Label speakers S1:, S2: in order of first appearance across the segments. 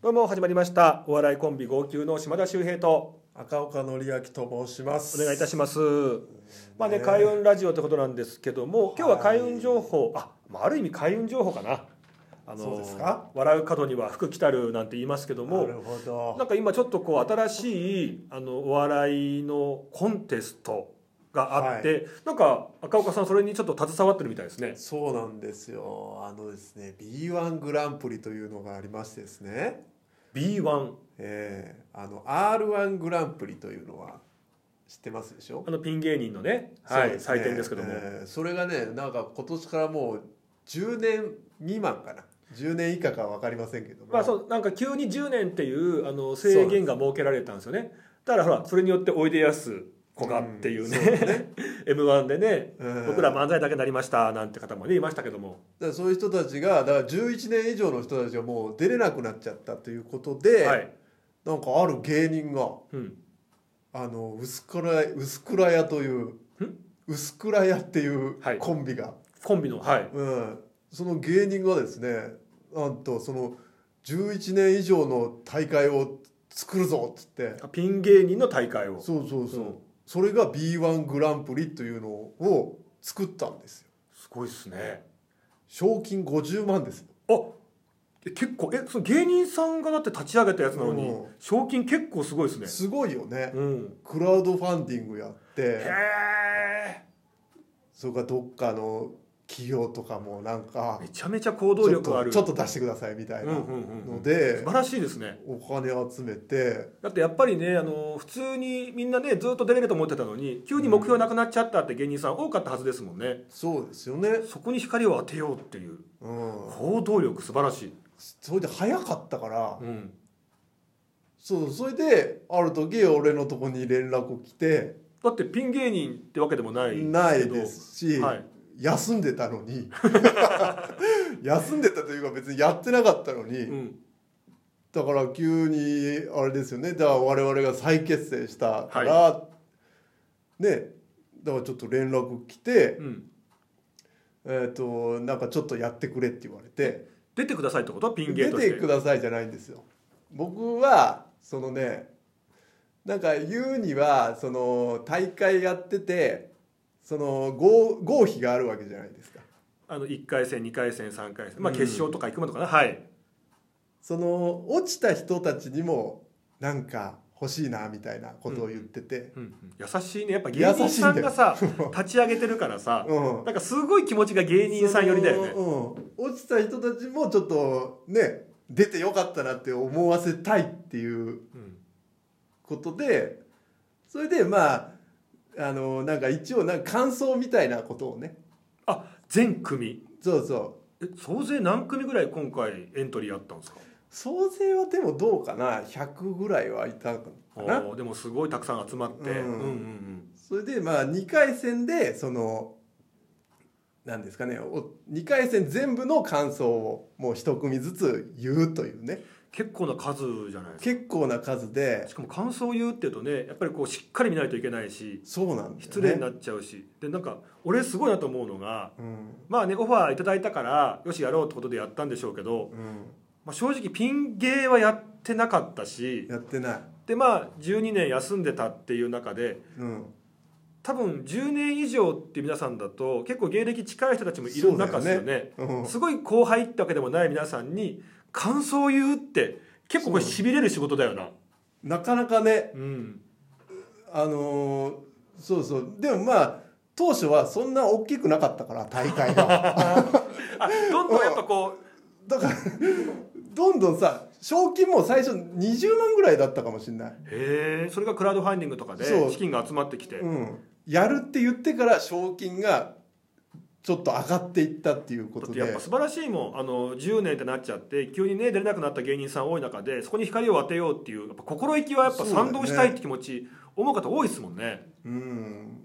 S1: どうも始まりましたお笑いコンビ号泣の島田秀平と
S2: 赤岡典明と申します
S1: お願いいたしますまあね
S2: ね
S1: 開運ラジオってことなんですけども今日は
S2: は
S1: 開
S2: い
S1: 運情報あまあある意味開運情報かなあ
S2: そうですか
S1: 笑う角には福来たるなんて言いますけど
S2: なる
S1: も
S2: ほ
S1: な
S2: ど
S1: んか今ちょっとこう新しいあのお笑いのコンテストがあって、なんか赤岡さんそれにちょっと携わってるみたいですね
S2: そうなんですよあのですね B1 グランプリというのがありましてですね
S1: B1
S2: えー、あの R1 グランプリというのは知ってますでしょ
S1: あのピン芸人のね、
S2: そ
S1: は
S2: う
S1: い
S2: ですね
S1: 採点ですけども、
S2: えーそれがねなんか今年からもう10年未満かな10年以下かは分かりませんけども
S1: まあ、そうなんか急に10年っていうあの制限が設けられたんですよねただほらそれによっておいでやす子がっていうね,、
S2: んそうね
S1: m 1でね、
S2: うん
S1: 僕ら漫才だけになりましたなんて方もねいましたけども、
S2: だからそういう人たちがだから11年以上の人たちがもう出れなくなっちゃったということで、
S1: はい、
S2: なんかある芸人が
S1: うん、
S2: あの薄倉薄倉屋という薄倉屋っていう
S1: はい
S2: コンビが、
S1: コンビのはい
S2: うん、その芸人がですねなんとその11年以上の大会を作るぞっつって
S1: ピン芸人の大会を
S2: そうそうそう、
S1: うん
S2: それが b 1グランプリというのを作ったんですよ
S1: すごいっすね
S2: 賞金50万ですよ
S1: あえ結構えその芸人さんがだって立ち上げたやつなのに、
S2: うん
S1: 賞金結構すごいですね
S2: すごいよね、
S1: うん
S2: クラウドファンディングやって
S1: へえ
S2: それからどっかの企業とかもなんか
S1: めちゃめちゃ行動
S2: ちょっ
S1: 力あ
S2: と
S1: る
S2: ちょっと出してくださいみたいな
S1: うんうんうんうん
S2: ので、
S1: 素晴らしいですね
S2: お金集めて
S1: だってやっぱりねあの普通にみんなねずっと出れると思ってたのに急に目標なくなっちゃったって芸人さん多かったはずですもんね
S2: そうですよね、
S1: そこに光を当てようっていう
S2: うん、
S1: 行動力素晴らしい、
S2: それで早かったから、
S1: うん、
S2: そうそれである時俺のとこに連絡来て
S1: だってピン芸人ってわけでもないけど
S2: ないですし、
S1: はい
S2: 休んでたのに 休んでたというか別にやってなかったのに、
S1: うん、
S2: だから急にあれですよねだから我々が再結成したから、ねだからちょっと連絡来て、
S1: うん、
S2: えっ、となんかちょっとやってくれって言われて。
S1: 出てくださいってことピン芸
S2: 出
S1: として
S2: てくださいじゃないんですよ僕はそのねなんか言うにはその大会やっててその合合否があるわけじゃないですか
S1: あの1回戦2回戦3回戦、まあ、
S2: うん
S1: 決勝とか行くまでかな、はい
S2: その落ちた人たちにもなんか欲しいなみたいなことを言ってて、
S1: うんうん優しいねやっぱ芸人さんがさ立ち上げてるからさ
S2: うん
S1: なんかすごい気持ちが芸人さん寄りだよね
S2: そのうん、落ちた人たちもちょっとね出てよかったなって思わせたいっていう
S1: うん
S2: ことでそれでまああのなんか一応なんか感想みたいなことをね
S1: あ全組
S2: そうそう
S1: え総勢何組ぐらい今回エントリーあったんですか
S2: 総勢はでもどうかな100ぐらいはいたかな
S1: おーでもすごいたくさん集まって、
S2: うん
S1: うんうん
S2: それでまあ2回戦でそのなんですかねお2回戦全部の感想をもう一組ずつ言うというね
S1: 結構な数じゃないです
S2: 結構な数で
S1: かしかも感想を言うっていうとねやっぱりこうしっかり見ないといけないし
S2: そうなんです
S1: 失礼になっちゃうし、でなんか俺すごいなと思うのが
S2: うん
S1: まあねオファーいただいたからよしやろうってことでやったんでしょうけど、
S2: うん
S1: まあ、正直ピン芸はやってなかったし
S2: やってない
S1: でまあ12年休んでたっていう中で
S2: うん
S1: 多分10年以上って皆さんだと結構芸歴近い人たちもいる中ですよ
S2: そう
S1: ね
S2: うん
S1: すごい後輩ってわけでもない皆さんに感想を言うって結構これしびれる仕事だよな
S2: なかなかね
S1: うん
S2: あのーそうそうでもまあ当初はそんな大きくなかったから大会 が
S1: あどんどんやっぱこ
S2: だからどんどんさ賞金も最初20万ぐらいだったかもしれないう
S1: へえそれがクラウドファンディングとかで
S2: そう
S1: 資金が集まってきて、
S2: うんやるって言ってから賞金がちょっと上がっていったっていうこ
S1: だっ
S2: と
S1: て
S2: で
S1: やっぱ素晴らしいもんあの10年ってなっちゃって急にね出れなくなった芸人さん多い中でそこに光を当てようっていうやっぱ心意気はやっぱ
S2: そうだよ
S1: 賛
S2: ね
S1: 同したいって気持ち思う方多いですもんね
S2: うん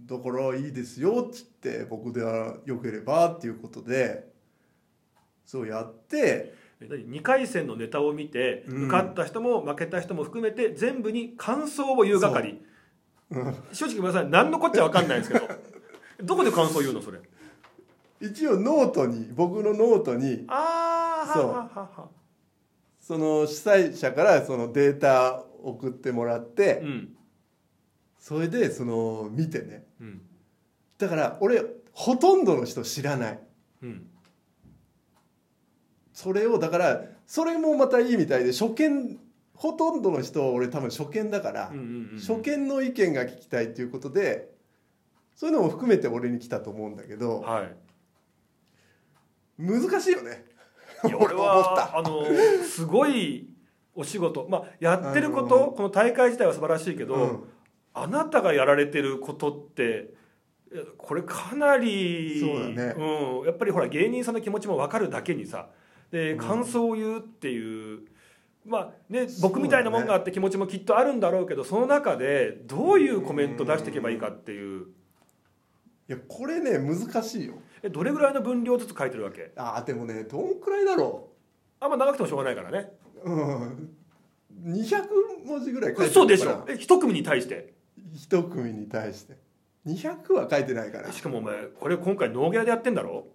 S2: だからいいですよっつって僕ではよければっていうことでそうやって
S1: 2回戦のネタを見て
S2: うん
S1: 受かった人も負けた人も含めて全部に感想を言う係正直ごめんなさい何のこっちゃ分かんないんです けどどこで感想言うのそれ
S2: 一応ノートに僕のノートに
S1: ああ
S2: そう
S1: はははは
S2: その主催者からそのデータ送ってもらって、
S1: うん
S2: それでその見てね
S1: うん
S2: だから俺ほとんどの人知らない
S1: うん
S2: それをだからそれもまたいいみたいで初見ほとんどの人俺多分初見だから、
S1: うんうんうん
S2: 初見の意見が聞きたいっていうことでそういうのも含めて俺に来たと思うんだけど
S1: はい
S2: 難しいよね
S1: いや俺
S2: 思った
S1: はあのすごいお仕事、まあ、やってること、
S2: う
S1: この大会自体は素晴らしいけど、
S2: うん
S1: あなたがやられてることってえこれかなり
S2: そうだね
S1: うん、やっぱりほら芸人さんの気持ちも分かるだけにさで
S2: うん
S1: 感想を言うっていう、まあね
S2: そうだ
S1: 僕
S2: ね
S1: みたいなもんがあって気持ちもきっとあるんだろうけどその中でどういうコメント出していけばいいかっていう
S2: いやこれね難しいよ
S1: えどれぐらいの分量ずつ書いてるわけ
S2: あーでもねどんくらいだろ
S1: あんま長くてもしょうがないからね
S2: ううん200文字ぐらい書いてるのかな
S1: 嘘でしょえ一組に対して
S2: 一組に対して200は書いてないから
S1: しかもお前これ今回ノーギャラでやってんだろ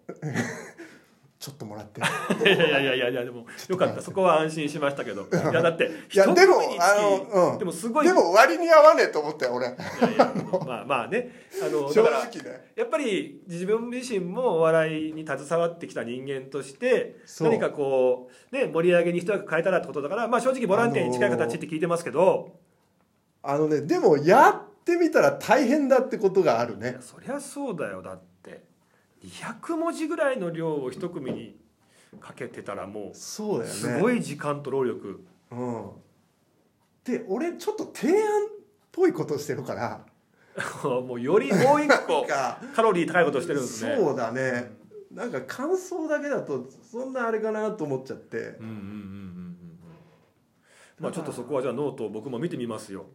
S2: ちょっともら ってる
S1: いやいやいやいやいやでもよかったそこは安心しましたけ どいやだって
S2: いや
S1: 一
S2: でも
S1: 組につき
S2: あのうん
S1: でもすごい
S2: でも割に合わねえと思ったよ俺
S1: いやいやまあまあねあの
S2: 正
S1: だか
S2: 直
S1: ら
S2: ね
S1: やっぱり自分自身もお笑いに携わってきた人間として
S2: そう
S1: 何かこう、ね、盛り上げに一役変えたらってことだから、まあ、正直ボランティアに近い形って聞いてますけど、
S2: あのねでもやってみたら大変だってことがある
S1: い
S2: ね
S1: やそりゃそうだよだって200文字ぐらいの量を一組にかけてたらも
S2: そ
S1: う
S2: うだよね
S1: すごい時間と労力
S2: うん、で俺ちょっと提案っぽいことしてるから
S1: もうよりも う一個
S2: か
S1: カロリー高いことしてるんですね。
S2: そうだねなんか感想だけだとそんなあれかなと思っちゃって
S1: うんうんうんうんうんうんまあちょっとそこはじゃあノートを僕も見てみますよ。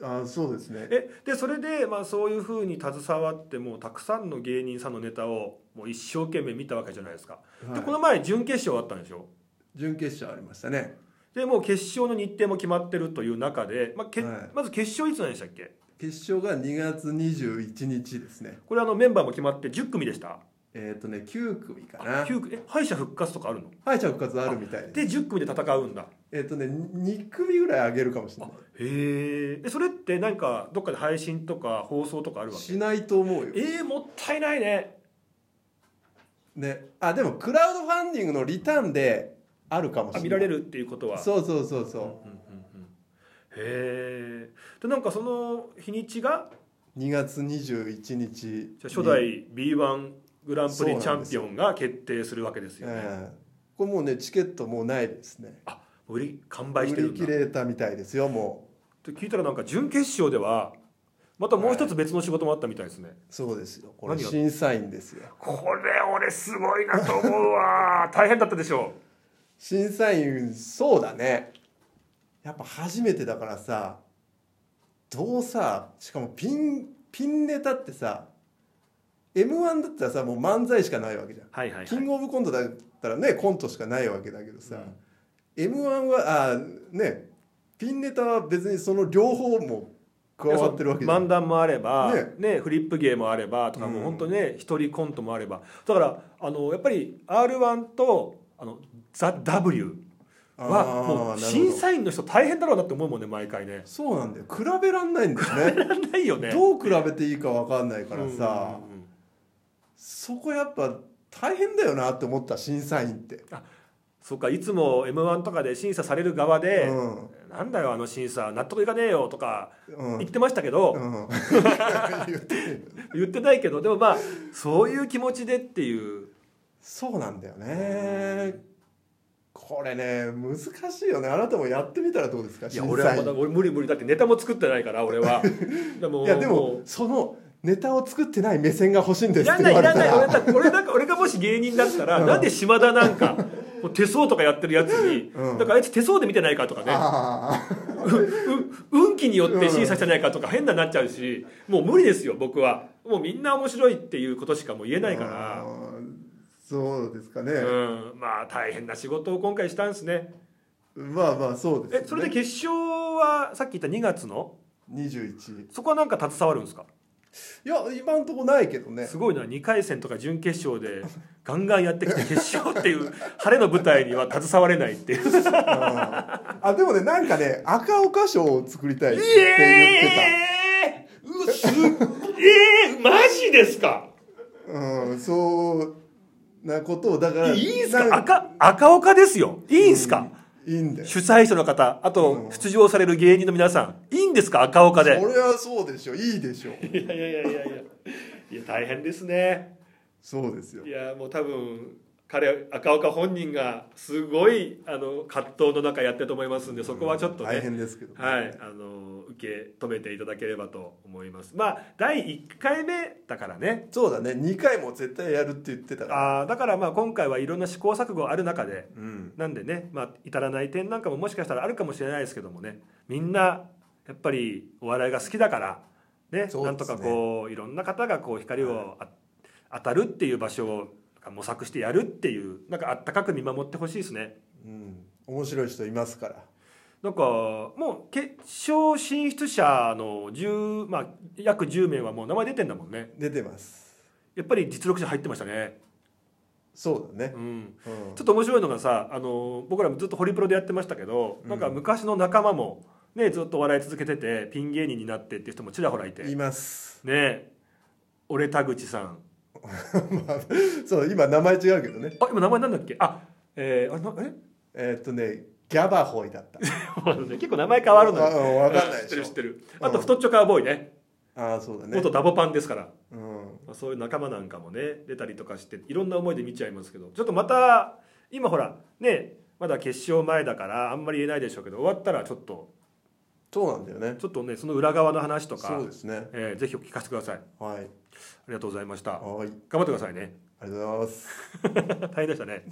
S2: あそうですね
S1: えでそれで、まあ、そういうふうに携わってもうたくさんの芸人さんのネタをもう一生懸命見たわけじゃないですか、
S2: はい
S1: でこの前準決勝あったんでしょ
S2: 準決勝ありましたね
S1: でもう決勝の日程も決まってるという中で、まあけ
S2: はい
S1: まず決勝いつなんでしたっけ
S2: 決勝が2月21日ですね
S1: これあのメンバーも決まって10組でした
S2: えっ、とね9組かな
S1: 9組え敗者復活とかあるの
S2: 敗者復活あるみたいです
S1: で10組で戦うんだ
S2: えっ、とね2組ぐらい上げるかもしれな
S1: へえそれって何かどっかで配信とか放送とかある
S2: い
S1: わけ
S2: しないと思うよ
S1: えー、もったいないね
S2: ねあでもクラウドファンディングのリターンであるかもし
S1: あ
S2: れない
S1: 見られるっていうことは
S2: そうそうそうそ
S1: うんうんうんへえでなんかその日にちが
S2: う2月21日に
S1: じゃあ初代 B1 グランプ
S2: そうな
S1: リ
S2: んです
S1: チャンピオンが決定するわけですよね、
S2: ええこれもうねチケットもうないですね
S1: 売り完
S2: 売
S1: 売してる
S2: り
S1: ん
S2: 切
S1: だっ
S2: れたみたいですよも
S1: て聞いたらなんか準決勝ではまたもう一つ別の仕事もあったみたいですね、
S2: うそうですよこれ
S1: 何が
S2: 審査員ですよ
S1: これ俺すごいなと思う わ大変だったでしょ
S2: 審査員そうだねやっぱ初めてだからさどうさしかもピンピンネタってさ m 1だったらさもう漫才しかないわけじゃん
S1: はいはいはい
S2: キングオブコントだったらねコントしかないわけだけどさ、
S1: うん
S2: m 1はあねピンネタは別にその両方も加わってるわけじゃん
S1: 漫談もあれば、
S2: ね
S1: ねフリップ芸もあればとか、もう本当にね一人コントもあればだからあのやっぱり r 1とあのザ・ W はも
S2: あーなるほ
S1: う
S2: ど
S1: 審査員の人大変だろうなって思うもんね毎回ね
S2: そうなんだよ比べらんないん だよね
S1: ないよね
S2: どう比べていいか分かんないからさ、
S1: うんうんうん
S2: そこやっぱ大変だよなって思った審査員って、
S1: そうかいつも m 1とかで審査される側で、
S2: うん
S1: なんだよあの審査納得いかねえよとか
S2: うん
S1: 言ってましたけど、
S2: うん、言ってる
S1: 言ってないけどでもまあそういう気持ちでっていう
S2: そうなんだよねこれね難しいよねあなたもやってみたらどうですか
S1: いや
S2: 審
S1: 俺
S2: 査
S1: はま
S2: 員
S1: だ俺無理無理だってネタも作ってないから俺 はでも
S2: いやでもそのネタを作ってない目線が欲しいんです
S1: い
S2: っ
S1: ら
S2: て
S1: ない
S2: 言
S1: い
S2: われ
S1: らな
S2: た
S1: い俺
S2: ら
S1: だって俺なんか俺がもし芸人だったら、なんで島田なんかもう手相とかやってるやつに、
S2: うん
S1: だからあいつ手相で見てないかとかね
S2: ああ
S1: う運気によって審査してないかとか変なになっちゃうしもう無理ですよ僕はもうみんな面白いっていうことしかもう言えないから
S2: うんそうですかね、
S1: うんまあ大変な仕事を今回したんですね
S2: まあまあそうです、ね、
S1: えそれで決勝はさっき言った2月の
S2: 21
S1: そこはなんか携わるんですか
S2: いや今んとこないけどね
S1: すごいな2回戦とか準決勝でガンガンやってきて決勝っていう晴れの舞台には携われないっていう
S2: うんあでもねなんかね赤岡賞を作りたいって言って
S1: えー、うわすっえー、マジですか
S2: た、うん、そうなことをだから
S1: いいんすか
S2: なん
S1: 赤赤岡ですよいいんすか、
S2: いいんだよ
S1: 主催者の方あと
S2: うん
S1: 出場される芸人の皆さんいいんですか赤岡で
S2: 俺はそうでしょいいでしょ
S1: いやいやいやいやいやいや大変ですね
S2: そうですよ
S1: いやもう多分彼赤岡本人がすごいあの葛藤の中やってると思いますんでそこはちょっとね、
S2: 大変ですけど、
S1: はい、あの受け止めていただければと思います。まあ第1回目だからね。
S2: そうだね2回も絶対やるって言ってたから
S1: あーだからまあ今回はいろんな試行錯誤ある中で、
S2: うん
S1: なんでね、まあ至らない点なんかももしかしたらあるかもしれないですけどもね。みんなやっぱりお笑いが好きだからね、
S2: そうですね
S1: なんとかこういろんな方がこう光をあ、当たるっていう場所を模索してやるっていうなんかあったかく見守ってほしいですね。
S2: うん面白い人いますから
S1: なんかもう決勝進出者の10、まあ、約10名はもう名前出てんだもんね
S2: 出てます
S1: やっぱり実力者入ってましたね、
S2: そうだね
S1: う、ん、
S2: うん
S1: ちょっと面白いのがさあの僕らもずっとホリプロでやってましたけど、なんか昔の仲間も、ね、ずっとお笑い続けててピン芸人になってっていう人もちらほらいて
S2: い
S1: ね
S2: ます
S1: 俺田口さん
S2: まあそう今名前違うけどね
S1: あ今名前なんだっけあえー、あれ なえ
S2: えーっとねギャバホイだった
S1: あのね結構名前変わるのよ
S2: あうんわかんな
S1: 知
S2: い
S1: って
S2: でし
S1: る
S2: ょ
S1: 知ってるあと
S2: うん
S1: 太っちょカーボーイね
S2: ああそうだね
S1: 元ダボパンですから
S2: うん
S1: まあ、そういう仲間なんかもね出たりとかしていろんな思いで見ちゃいますけどちょっとまた今ほらねまだ決勝前だからあんまり言えないでしょうけど終わったらちょっと
S2: そうなんだよね
S1: ちょっとねその裏側の話とか
S2: そう、ですね
S1: えーぜひお聞かせくださいあ
S2: はい
S1: りがとうございました
S2: はいあり
S1: 頑張ってくださいね
S2: がとうございます
S1: 大変でしたね